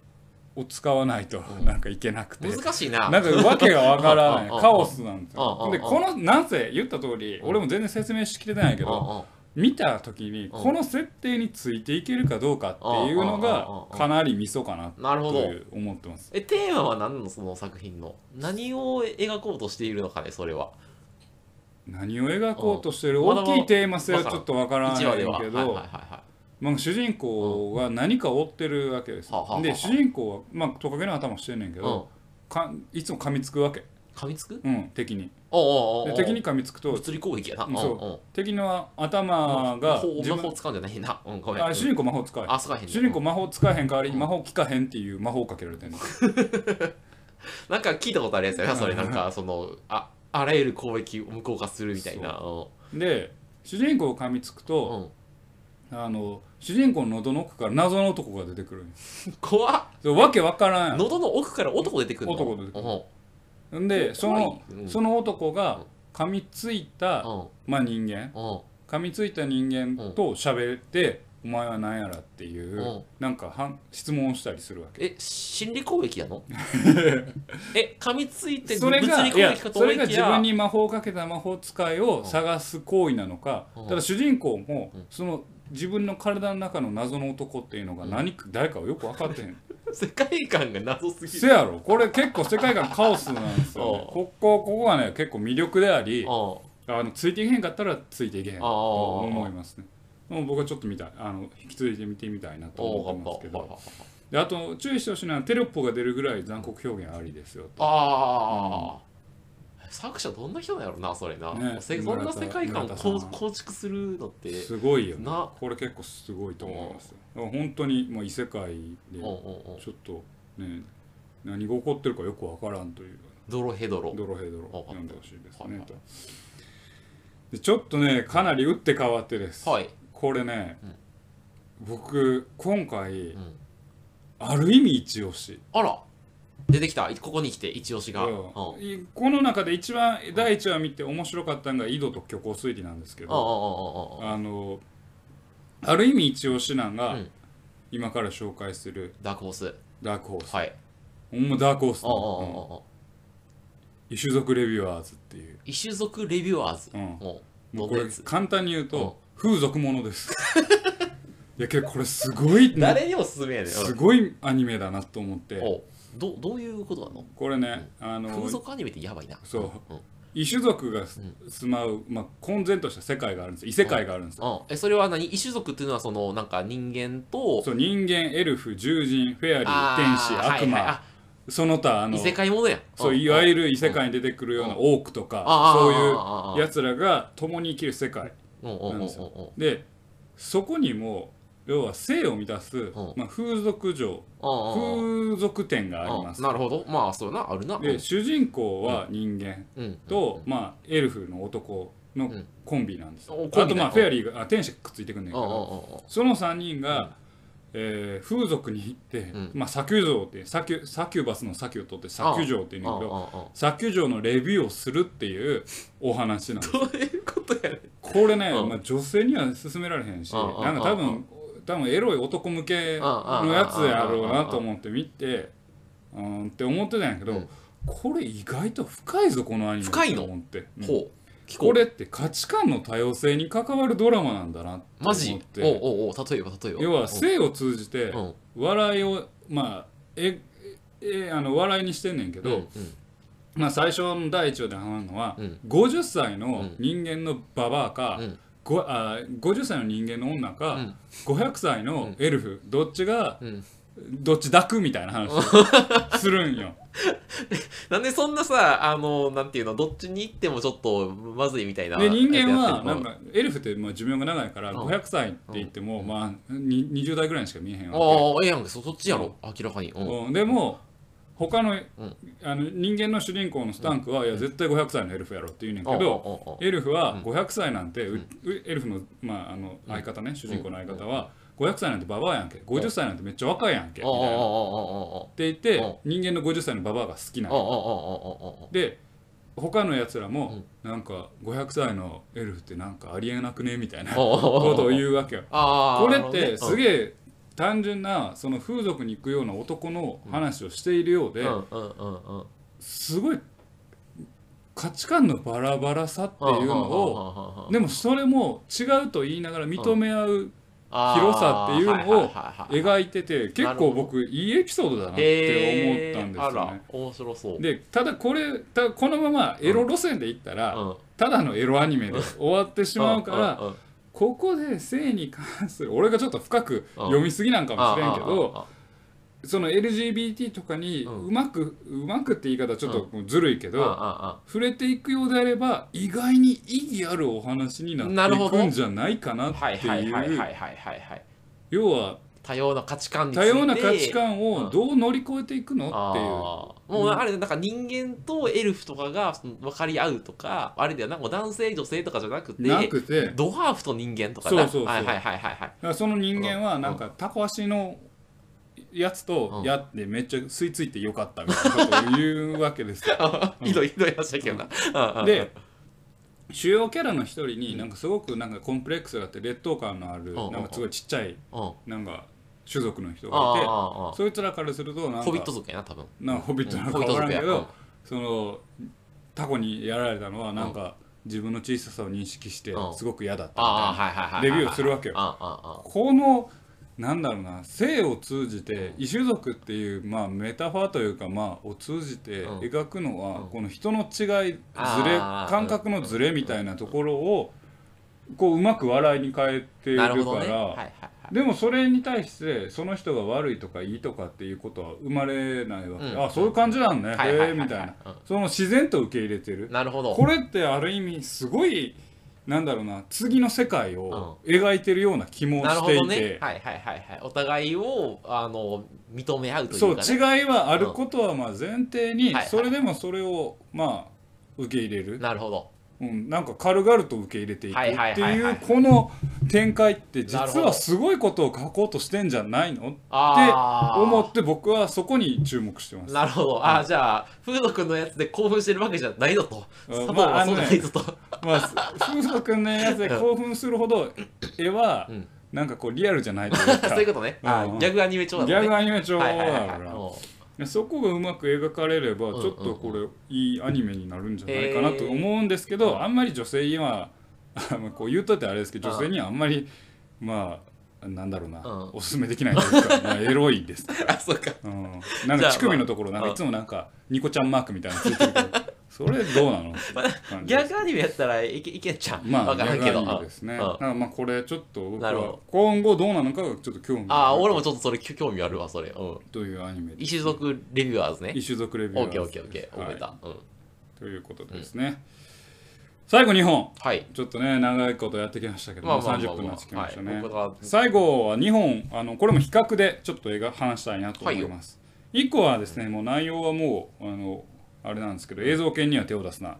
を使わないと
うん
なんかいけなくて、
難しいな
なんかわけがわからな
うんうんう
い
ん
カオスなんです
うんう
よ
んうん
でこのなぜ言った通り俺も全然説明しきれてないけ
うんう
ど
んうん
見た時に
うん
この設定についていけるかどうかっていうの
うんうんうんうん
がかなりミソかな
なるほ
と
ど
いう思ってます。
えテーマは何なのその作品の何を描こうとしているのかねそれは
何を描こうとしてる
うんまだ
大きいテーマ性はちょっとわからない
一話では
け
はいはいは
ど
いは
まあ主人公が何か追ってるわけです
はあはあは
よ。
あ
で主人公はまあトカゲの頭してんねんけ
い、うん
ど、かいつも噛みつくわけ、
噛みつく
うん、敵に。
おうおうおうお
で
う
敵に噛みつくと
物理攻撃やな
うんそう敵の頭が
自
自
分魔
分
法使うんじゃないな、うん、ごめん
あれ主人公魔法使う
あ使えへんね
主人公魔法使えへん代わりに魔法効かへんっていう魔法をかけられてるんです
なんか聞いたことあるやつやなそれなんかそのああらゆる攻撃を無効化するみたいなうん
で主人公を噛みつく
う
と、
ん
あの主人公の喉の奥から謎の男が出てくるんです
怖っ
そうわけわからんや
喉の奥から男出てくるの
男出てくる
うん
んんでその
怖いうん
その男が噛みついた、
うん
まあ、人間噛みついた人間と喋って、お前は何やらっていう、
うん
なんかはん質問をしたりするわけ
え心理攻撃や のえ噛みついて
そ
物
れ
理攻
がいや
撃かと
そ
思
れ
い
が
き
自
や
分に魔法をかけた魔法使いを探す行為なのか、
うん
ただ主人公も
うん
その自分の体の中の謎の男っていうのが何か、誰かをよく分かってへん
世界観が謎すぎ
せ
る
やろこれ結構世界観カオスなんですよ、ね
う、ん
ここここがね結構魅力であり
うんは
あのついていけへんかったらついていけへん
あー
と思いますねもう僕はちょっと見たいあの引き継いで見てみたいなと思ってますけ
おうわ
ど
かっ
であと注意してほしいのはテロップが出るぐらい残酷表現ありですよ
ああ、作者どんな人なんやろなそれな、
ね
せそんな世界観を
村田
構
さん
構築するのって
すごいよね
な
これ結構すごいと思いますよだから本当にもう異世界で
うんうんうん
ちょっとね何が起こってるかよくわからんという
ドロヘドロ
ドロヘドロ
あ
読んでほしいです
はいは
ね
い
とでちょっとねかなり打って変わってです、
はい、
これね、僕今回、
うん、
ある意味一押し、
あら出てきたここに来て一押しが、うんうんうんうん
うんいこの中で一番第一話見て面白かったのが井戸と虚構推理なんですけど、
うんうん
あのある意味一押しなんが、
うん
今から紹介する
ダークホース。
ダークホース、
はい。
ほんまダークホース
ああ、あ
の、
あ、ああ。
うん、異種族レビュアーズっていう、
異種族レビュアーズ
う。ん、
もう、
もうん
ど
こ
な
れ
やつ。
簡単に言うと、風俗ものです いやけどこれすごいな
誰にも勧めやで。
すごいアニメだなと思って
おうどどういうことなの
これね、あの
風俗アニメってやばいな。
そ
うん。
異種族がす住まう、まあ、混然とした世界があるんです異世界があるんですよ
うん、えそれは何異種族っていうのはそのなんか人間と
そう人間エルフ獣人フェアリー
あ
天使
ー
悪魔、
はいはいあ
その他あの
異世界ものやん
そういわゆる異世界に出てくるようなオークとかそういうやつらが共に生きる世界
うんうん
な
うんんうん
ですよでそこにも要は性を満たす
ん、
まあ、風俗嬢
うんうん
風俗店がありま
うん
す
なるほどまあそうやなあるな
で主人公は人間
うんうん
と、まあ、エルフの男の
ん
コンビなんですよ、
おコンビだ
あとまあ
うん
フェアリーがあ天使がくっついてくんねん
う
け
んうん
ど
うんうん
その3人が、えー風俗に行って、
うん
まあ、サキュ嬢ってサキュサキュバスのサキュを取ってサキュ嬢って言うねんだけど
ど
サキュ嬢のレビューをするっていうお話なんです
どういうことやねん
これね、
うん
まあ、女性には勧められへんし
うんうんうん
なんか多分多分エロい男向けのやつやろうなと思って見てうんって思ってたんやけど、
うん
これ意外と深いぞこのアニメ
深いの
と思って、うん
ほう聞こ
こ
う
れって価値観の多様性に関わるドラマなんだなって思
マ
っ
ジ
て
おうおうおう例えば例えば
要は性を通じて
うん
笑いをまあええあの笑いにしてんねんけ
う
ど、
ん
まあ、最初の第一話で話るのは、
うん
50歳の
うん
人間のババアか、
うん
ごあー50歳の人間の女か、
うん
500歳のエルフ、どっちが
うん
どっち抱くみたいな 話をするんよ。
なんでそんなさあのなんていうのどっちに行ってもちょっとまずいみたいな
で人間は
やつ
な
やって
ん
る
かエルフってまあ寿命が長いから
うん
500歳って言っても、まあ、に20代ぐらいにしか見えへん
あ
わ
あええやんそそっちやろ明らかにう
け、
ん
うんでも他の,、
ん
あの人間の主人公のスタンクは、いや絶対500歳のエルフやろって言うねんけど、
うんうんうん
エルフは500歳なんて、ううエルフの,、まあ、あの相方ね、主人公の相方は、500歳なんてババアやんけ50歳なんてめっちゃ若いやんけ、みたいなって言って、人間の50歳のババアが好きなの、で他のやつらも、なんか500歳のエルフってなんかありえなくねみたいなことを言うわけよ。これってすげえ単純なその風俗に行くような男の話をしているようで、すごい価値観のバラバラさっていうのをでもそれも違うと言いながら認め合う広さっていうのを描いてて結構僕いいエピソードだなって思ったんですよね。
面白そう
でただこれたこのままエロ路線でいったらただのエロアニメで終わってしまうからここで性に関する俺がちょっと深く読みすぎなんかもしれんけどその LGBT とかに
うん
うまくうまくって言い方ちょっとずるいけど触れていくようであれば意外に意義あるお話にな
な
って
る
い
ほ
く
ど
んじゃないかな
はい
って
はいはいはい
い
は
う
いはい
要は
多様な価値観につい
多
て
様な価値観をどう乗り越えていくのっていう
あーもうあれなんか人間とエルフとかがその分かり合うとかあれだよなもう男性女性とかじゃなくて
なくてだか
ドハーフと人間とかな
そうそうそう
はいはいはいはいはい
らその人間は
うん
なんかタコ足のやつと
うん
やってめっちゃ吸い付いてよかったみたいなことを言うわけ ですようん
ひどいひどい話だけどなうんうん。
で主要キャラの一人になんかすごくなんかコンプレックスがあって劣等感のある
ん
なんかすごいちっちゃい
うん、あ
なんか種族の人
ー
がいて
あー、
そいつらからするとなん
ホビッ
か
ト族やな、多分。
なんかホビットなのか
うん
分からんけ
や
ど、そのタコにやられたのはなんか自分の小ささを認識して
うん
すごく嫌だったみたい
ああ、
な
はいはいはい。
レビューをするわけよ
ああ、ああ、あ
このなんだろうな性を通じて異種族っていうまあメタファーというかまあを通じて
うん
描くの
う
は
ん
この人の違いズレ
あー
感覚のズレみたいなところをこううまく笑いに変えてい
あ
るか
なるほどね。はいは
ら
いはい。
でもそれに対してその人が悪いとかいいとかっていうことは生まれないわけ、
うん
あそういう感じなんね、
はいはいはいはい
へえみたいな、
うん
その自然と受け入れてる
なるほど。
これってある意味すごいなんだろうな次の世界を描いてるような気も
なる
し
ほ
てい
ど
て
ね。、はいはいはいはい。お互いを、あの、認め合うとい
そうう
かね。
違いはあることはまあ前提
う
に
んはいはい
それでもそれをまあ受け入れる、
なるほど。
うん、なんか軽々と受け入れていくっ
は
て
いはいはい
い
は
う
い
この展開って
なる
実
ほど
はすごいことを書こうとしてんじゃないの
ああ。
思って僕はそこに注目して ます。
なるほど。ああ、じゃあ、風俗のやつで興奮してるわけじゃないぞと。
うん
佐藤
まあ
は
あの
そう
ね
じゃないぞと。
まあ、風俗のやつで興奮するほど絵は
うん
なんかこうリアルじゃないというか
そういうことね。あ
うん
ギャグアニメ調だ
ギ
もん
ャ
ね。
グアニメ調だ
はいはい
か
はいはい
ら
も
でそこがうまく描かれれば
うんうん
ちょっとこれいいアニメになるんじゃないかなと思うんですけ
へー
どあんまり女性にはあのこう言うとってあれですけど
ああ
女性にはあんまりまあなんだろうな
うん
おすすめできないというかまあエロいですと
う
か
あ、そうか。
うん なん
じゃ
か
あ
乳首のところなん
ま
か
あ
いつもなんかニコちゃんマークみたいなのついてるけどそれどうなの って感
ギ
じ
ャグアニメやったらいけいけんちゃう。
まあ
わからん
逆
けど。
にですね
う
だ
んうん
からまあこれちょっと僕
なるほ
は
ど
今後どうなのかがちょっと興味
ああ、俺も
ちょ
ちょっとそれ興味あるわ、それ。うん。
というアニメです
異種族レビュアーズね。
一種族レビュー
オ
ア
ッケーオ
ー
ッ
ズ
ケーオッケー。覚えた。うん。
ということですね、最後2本
はい。
ちょっとね長いことやってきましたけど、
まあまあまあまあ
30分がつきましたね、
はい僕は
最後は2本あのこれも比較でちょっと映画話したいなと思います、一1個はですねもう内容はもうあのあれなんですけど映像犬には手を出すな
あ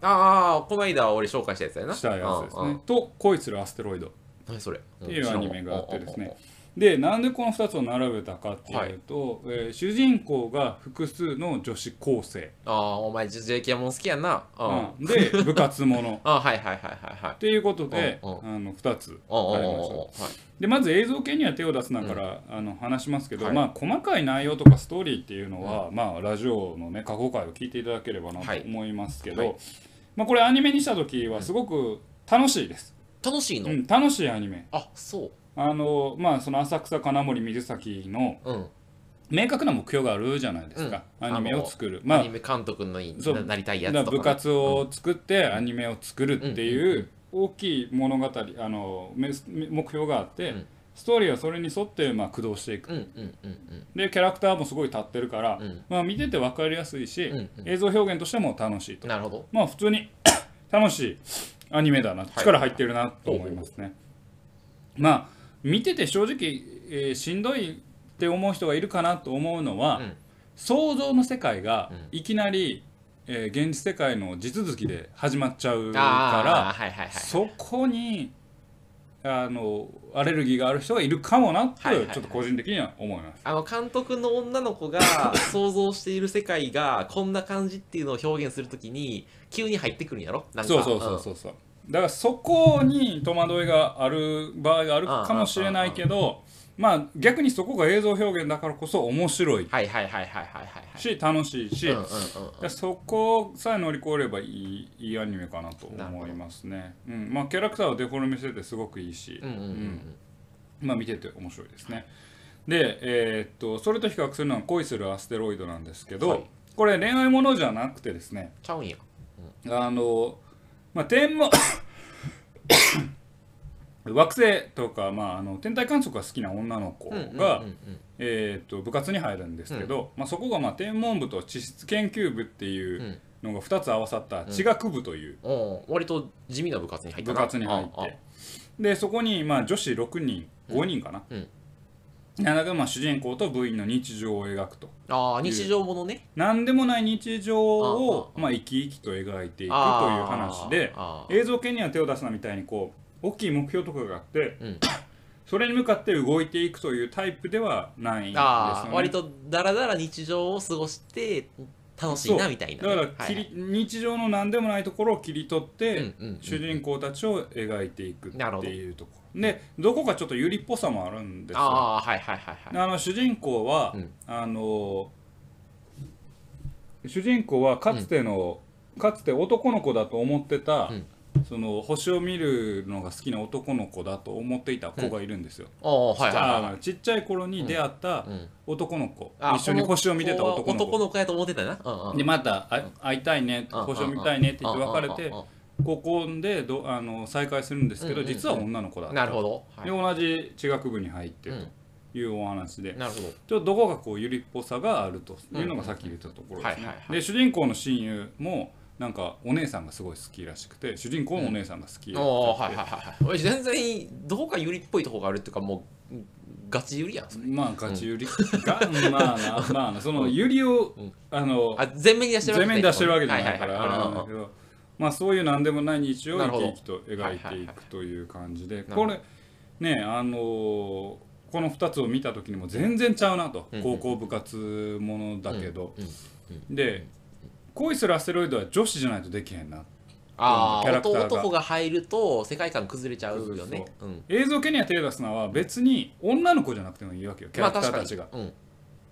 あ、この間俺紹介したやつやな。
したやつです
うんう
ね
ん。
と恋するアステロイド
何それ
っていうアニメがあってですね。でなんでこの2つを並べたかっていうと、えー主人公が複数の女子高生、
ああ、お前、JK も好きやんな。うん。あ
うんで部活も の
あ、はいはいはいはいはい
っ。ていうことで、
うんう
あの2つ
お
あ
う
り
おう
まし
おう
た
おうはい
でまず映像系には手を出すなから、あの話しますけど、
はい
まあ、細かい内容とかストーリーっていうのは、まあ、ラジオの、ね、過去回を聞いていただければな
はい
と思いますけど、
はい
まあ、これアニメにした時はすごく楽しいです、
楽しい
うん
の
楽しいアニメ
あ、そう。
あの、まあ、その浅草金森水崎の
うん。
明確な目標があるじゃないですか、
うん
アニメを作る
ア
まあ
ニメ監督に
そう
ななりたいや
だ
つ
か
と
ら
かね。
部活を作ってアニメを作るって
うんうんう
い
んう
う大きい物語あのめ目標があって、
うん
ストーリーはそれに沿ってまあ駆動していく
うんうんうん
でキャラクターもすごい立ってるから、
うん
まあ、見てて分かりやすいし、
うんうん
映像表現としても楽しいと
うん。なるほど。
まあ普通に 楽しいアニメだな力入ってるなと思いますね、まあ見てて正直、えーしんどいって思う人がいるかなと思うのは、
うん
想像の世界が
う
いきなり、えー現実世界の地続きで始まっちゃう
ああ、
か
はいはいはい
ら。そこにあのアレルギーがある人がいるかもなと
はいはいはい
ちょっと個人的には思います。
あの監督の女の 子が想像している世界がこんな感じっていうのを表現するときに急に入ってくるんやろなんか
そうそうそうそうそうだからそこに戸惑いがある場合があるかもしれないけどまあ逆にそこが映像表現だからこそ面白い
んはいはいはいはいはいはいはい
し楽しいし、
うんうんうん
でそこさえ乗り越えればいいいいアニメかなと
なるほ
思
ど
いますね、うんまあ、キャラクターをデフォルメしててすごくいいし、
うんうんうんうん
まあ、見てて面白いですねで、えーっとそれと比較するのは「恋するアステロイド」なんですけど、
はい
これ恋愛ものじゃなくてですね、
ちゃうんや
あの、まあ、天文 惑星とか、まあ、あの天体観測が好きな女の子が、
うんうんうんうん
えー、と部活に入るんですけど、まあ、そこが、まあ、天文部と地質研究部っていううんのが2つ合わさった地学部という
おう割と地味な部活に入った
部
な
活に入って、
ああ
でそこに、まあ、女子6人5人かな、
うん
なんだけどまあ、主人公と部員の日常を描くと
ああ日常ものね
何でもない日常を
ああ
まあ、生き生きと描いていくという
ああ
話で。
ああ
映像系には手を出すなみたいにこう大きい目標とかがあって、
うん
それに向かって動いていくというタイプではないんですよ、ね、
ああ割とだらだら日常を過ごして楽しいなみたいな
だから切り、
はい
日常の何でもないところを切り取って、
うんうんうん
主人公たちを描いていく
なる
っ
ほ
て
ど
いうところでどこかちょっとユリっぽさもあるんですよ
ああはいはいはいはい
あの主人公は、
うん
あの主人公はかつての、かつて男の子だと思ってた、
うん
その星を見るのが好きな男の子だと思っていた子がいるんですよ、
ああはいはいはい
あーちっちゃい頃に出会った
うん
男の子、
あ
一緒に星を見てた男の子
男の子やと思ってたよな。うんうん
でまたあ会いたいね
うん
星を見たいねって言って別れ
うん
て
うんうん
高校でどあの再会するんですけど、
うんうんうん
実は女の子だっ
うん
た
なるほど。はい
で同じ地学部に入って
う
と
ん
いうお話で、
なるほ
ち
ど。
ょっとどこがこうゆりっぽさがあるというのがさっき言ったところです
うんうんうんはい
ね
はい。はい
で主人公の親友もなんかお姉さんがすごい好きらしくて主人公のお姉さんが好きだ
おお
っ
はいはい
たっ
はいはい。全然どこかユリっぽいとこがあるっていうかもうガチユリやん。そ
て
れ
まあガチゆりがまあなまあなそのゆりを
うん
あの
あ全面に出してる
全面に出してるわけじゃ
は
ないか
は
らあ
い
れ
はい
なんだけどまあそういう何でもない日常を
なる
生
ほ
き
ど
生きと描いていくという感じで
いはい
これねあのーこの2つを見た時にも全然ちゃうなと
うんうん
高校部活ものだけど。
うんうん
で恋するアステロイドは女子じゃないとできへんなっ
あ
キャ
あ
ラクタ
音
ーが
男が入ると世界観崩れちゃうよね
そう
うん
映像権には手出すのは別に女の子じゃなくてもいいわけよキャラクターたちが
まあ、確かにうん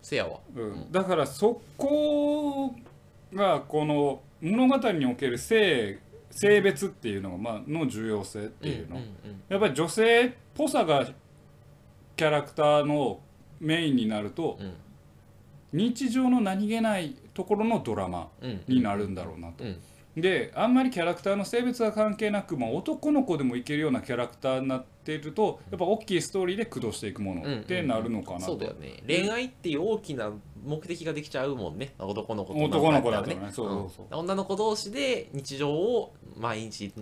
せやわ
うん
うん
だからそこがこの物語における性性別っていうのが、まあの重要性っていうの、
んん
やっぱり女性っぽさがキャラクターのメインになると
うんうん
日常の何気ないところのドラマ
うん
になるんだろうなと。
うん
であんまりキャラクターの性別は関係なく、まあ、男の子でもいけるようなキャラクターになってるとやっぱ大きいストーリーで駆動していくも
うん
のってなるのかなと
そうだよね恋愛っていう大きな目的ができちゃうもんね男の子と
男の子だとね
女の子
そう
だったら
そうそう
うん女の子同士で日常を毎日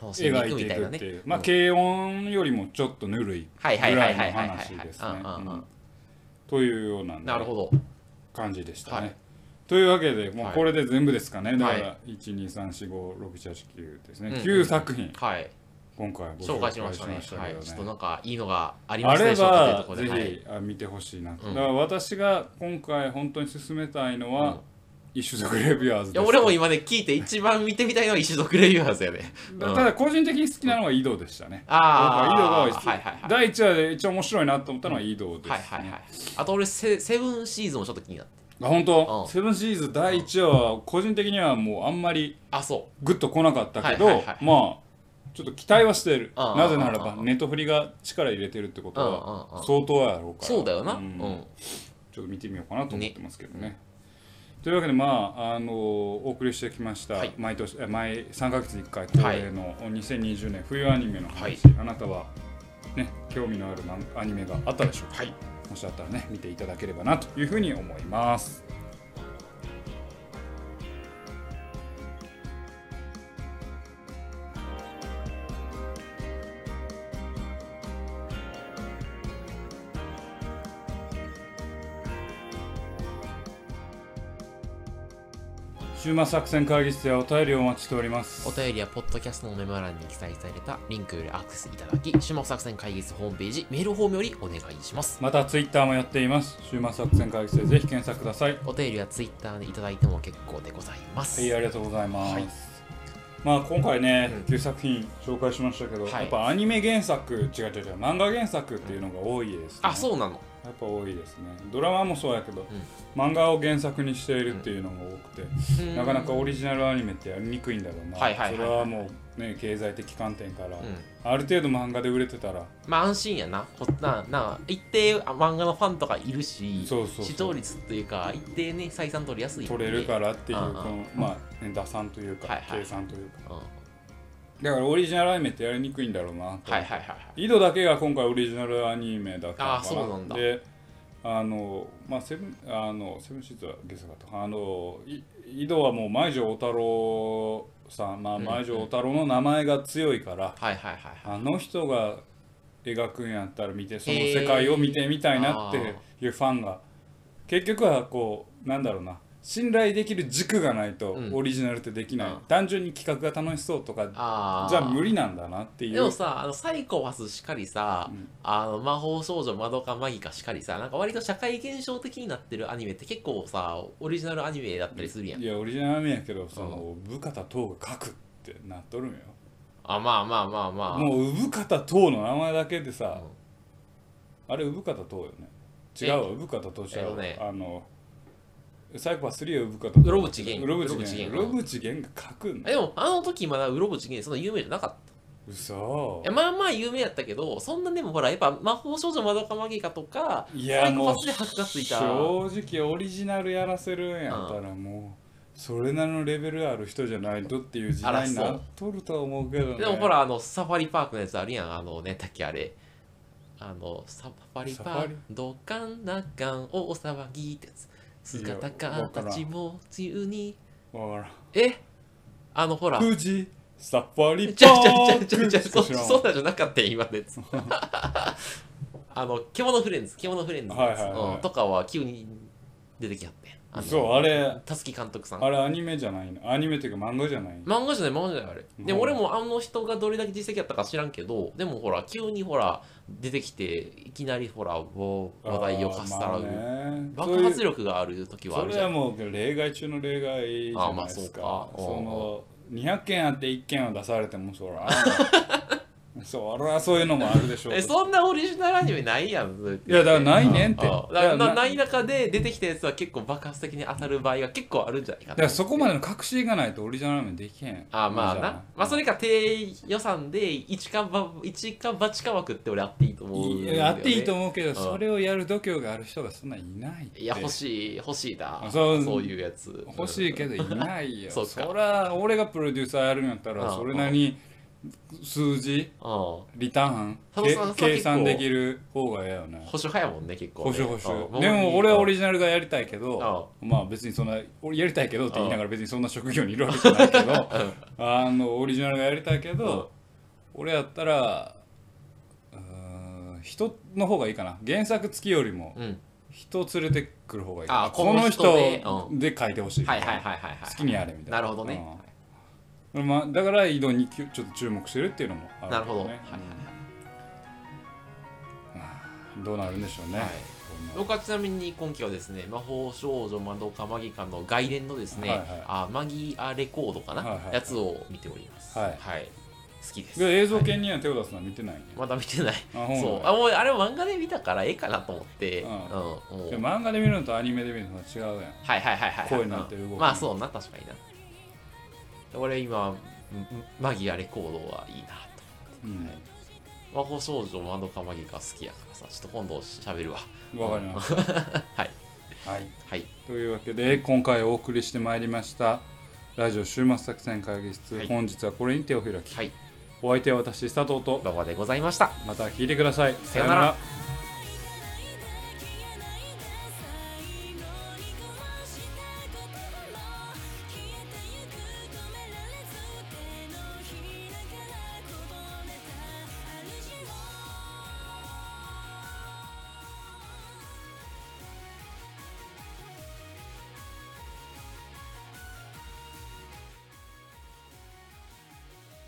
楽しんで
描
い
いて
くみ
い
たい
く
な
っ
ね
ていうまあ
うん
軽音よりもちょっとぬるい
はいはい
ぐ
は
ら
い
いの
はいはいはい
話です
う
ね
んうんうん
うんというようなね
なるほど
感じでしたね、
はい
というわけでもう
はい
これで全部ですかね、だか
は
ら123456789ですね、
うんうん
9作品
はい
今回ご
紹介しましたね
け
はい
どね
ちょっとなんかいいのがありま
あ
した
れ
でしょうかというと
ば
ころ
ぜ
で
ひ、
はい
あ見てほしいなと、
うん
だから私が今回本当に勧めたいの
うん
は、一種族レビュアーズ
い
で
や
す
俺も今ね聞いて一番見てみたいのは一族レビューハーズやね
だただ個人的に好きなのは井戸でしたね、
ああ
なんか井戸が、
はいはいはい
第1話で一番面白いなと思ったのは井戸です、ね
はいはいはいあと俺セセブンシーズンもちょっと気になって
あ本当、
うん
セブンシリーズ第1話は個人的にはもうあんまり
あそ
グッと来なかったけど、
はいはいはい
まあちょっと期待はしてる
うん
なぜなら
う
ば
んうん
ネットフリが力入れてるってことは
うんうんうん
相当やろう
う
から
そうだよなうんん
ちょっと見てみようかなと思ってますけどねというわけでまああのお送りしてきました、
はい
毎年え毎3ヶ月に1回恒例の2020年冬アニメの話、あなたはね興味のあるマンアニメがあったでしょうか、
はい
もしあったらね見ていただければなというふうに思います週末作戦会議室ではお便りをお待ちしております
お便りはポッドキャストのメモ欄に記載されたリンクよりアクセスいただき、種目作戦会議室ホームページ、メールフォームよりお願いします。
またツイッターもやっています週末作戦会議室でぜひ検索ください
お便りはツイッターでいただいても結構でございます。
はい、ありがとうございます。
はい
まあ今回ね、
うん
9作品紹介しましたけど、
はい
やっぱアニメ原作、違う違う違う、漫画原作っていうのが多いですね。
あ、そうなの。
やっぱ多いですね。ドラマもそうやけど、漫画を原作にしているっていうのが多くて、
うん
なかなかオリジナルアニメってやりにくいんだろうな。
はいはいはい
それはもうね、経済的観点から、
うん
ある程度漫画で売れてたら、
まあ安心やな。こな、な、一定あ漫画のファンとかいるし、
そうそうそう
視聴率というか、一定ね、採算取りやすい。
取れるからっていう、
う
こ
んうん
のまあ、ね、打算というか、
はいはい
計算というか。
うん。はい
だからオリジナルアニメってやりにくいんだろうなと。
はいはいはい。
井戸だけが今回オリジナルアニメだったのかな
あーそうなんだ
であのまあセブンあのセブンシーズはゲスだったかなあのい井戸はもう前城小太郎さん、まあ、
うん
前城小太郎の名前が強いから、
はいはいはい。
あの人が描くんやったら見てその世界を見てみたいなっていうファンが結局はこうなんだろうな信頼できる軸がないと
うん
オリジナルってできない、
うん
単純に企画が楽しそうとかじ
ああ。
ゃ無理なんだなっていう
でもさあのサイコパスしかりさ、
うん
あの魔法少女マドカマギカしかりさなんか割と社会現象的になってるアニメって結構さオリジナルアニメだったりするやん、
いやオリジナルアニメやけどその部方等が書くってなっとるんよ
あまあまあまあまあ
もう産方等の名前だけでさ、あれ産方等よね違うわ産方等ちゃ
えっ
う
と
わ、
ね
あのサイコパス3は産方等
ロブチゲン
ロブチ
ロブチ
ゲ
ゲ
ン
ン
ロブチゲンが書くん
え
だ
でもあの時まだウロブチゲンそんな有名じゃなかった
うそ
いやまあまあ有名やったけどそんなでもほらやっぱ魔法少女マドカマギカとか
いや
サイコ
も
パ
う
スで箔がついた
正直オリジナルやらせるんやったらもうそれなりのレベルある人じゃないとっていう時代になっとるとは思うけどね
でもほらあのサファリパークのやつあるやんあのねだっけあれあのサファリパ
サファ
ー
リ
クドカンナカン大騒ぎってやつ姿形も自由に
わからん
えあのほら
富士サファリ
ち
パ
ゃうちゃうちゃうちゃうちゃう
ー
そ
ク
そんなんじゃなかったよ今のやつあの獣フレンズ獣フレンズのやつ
はいはいはい
うんとかは急に出てきはってんあの
そうあれ
たすき監督さん
あれアニメじゃないのアニメっていうか漫画じゃないの
漫画じゃない漫画じゃないあれで
うん
俺もあの人がどれだけ実績やったか知らんけどでもほら急にほら出てきていきなりほらもう話題をかっさら
あ
う、
ーまあね
爆発力がある時はあ
そ
る
れ
じ
そ
ゃ
れは
ん
もう例外中の例外じゃないですか
あーまあそうか
その200件あって1件を出されてもそら そらそういうのもあるでしょう
えそんなオリジナルアニメないやんそれって
いやだからないねんって
ああ
いや
だな
な
ない中で出てきたやつは結構爆発的に当たる場合が結構あるんじゃないか
だか
な
らそこまでの隠しがないとオリジナルアニメできへん
あまあな
じゃ
まあそれか低予算で一かば一か八か枠って俺あっていいと思うん
い
だよ
や
ね、
やっていいと思うけど
ん
それをやる度胸がある人がそんないないって
いや欲しい欲しいだそ
そうう
いうやつ
欲しいけどいないよ
そ
そう
か
ら俺がプロデューサーやるんやったら
ああ
それなりに数字
うんうん
リターン
佐藤さん
け
佐藤さ
計算
ん結構
できる方が嫌よね
保守派やもんね結構
保
ね
守保
うん
守でも俺はオリジナルがやりたいけ
ああ
どまあ別にそんな俺やりたいけどって言いながら別にそんな職業にいるわけじゃないけど あのオリジナルがやりたいけ
うん
ど俺やったらうーん人の方がいいかな原作付きよりも
うん
人を連れてくる方がいいかな
あこ
こ
の
の
人
人
で
で書いてほしい
はいはいはいはいはい
好きにやれみたいな
なるほどね、
うんまあ、だから井戸にきゅちょっと注目してるっていうのもあ
なるほど、
よ
はい
ね
はいはい
うんどうなるんでしょうね、
はい
こんな
僕はちなみに今期はですね魔法少女マドカマギカの外伝のですね、
はいはい
あマギアレコードかな、
はいはいはい
やつを見ております
はい
好きです
で映像
はい
系には手を出すのは見てない、
まだ見てない
あほん
そうあもうあれ漫画で見たからええかなと思って、う
うんん
もう
で漫画で見るのとアニメで見るのは違うやん
はいはいはいはい
声なんて動く
うんまあそうな確かにな俺今んんマギアレコードはいいなと
うん
魔法少女マドカマギカ好きやからさちょっと今度喋るわ
わ、かります
はい
はい
はい
というわけで今回お送りしてまいりましたラジオ週末作戦会議室、
はい
本日はこれに手を開き、
はい
お相手は私佐藤と
馬場でございました
また聞いてください
さよなら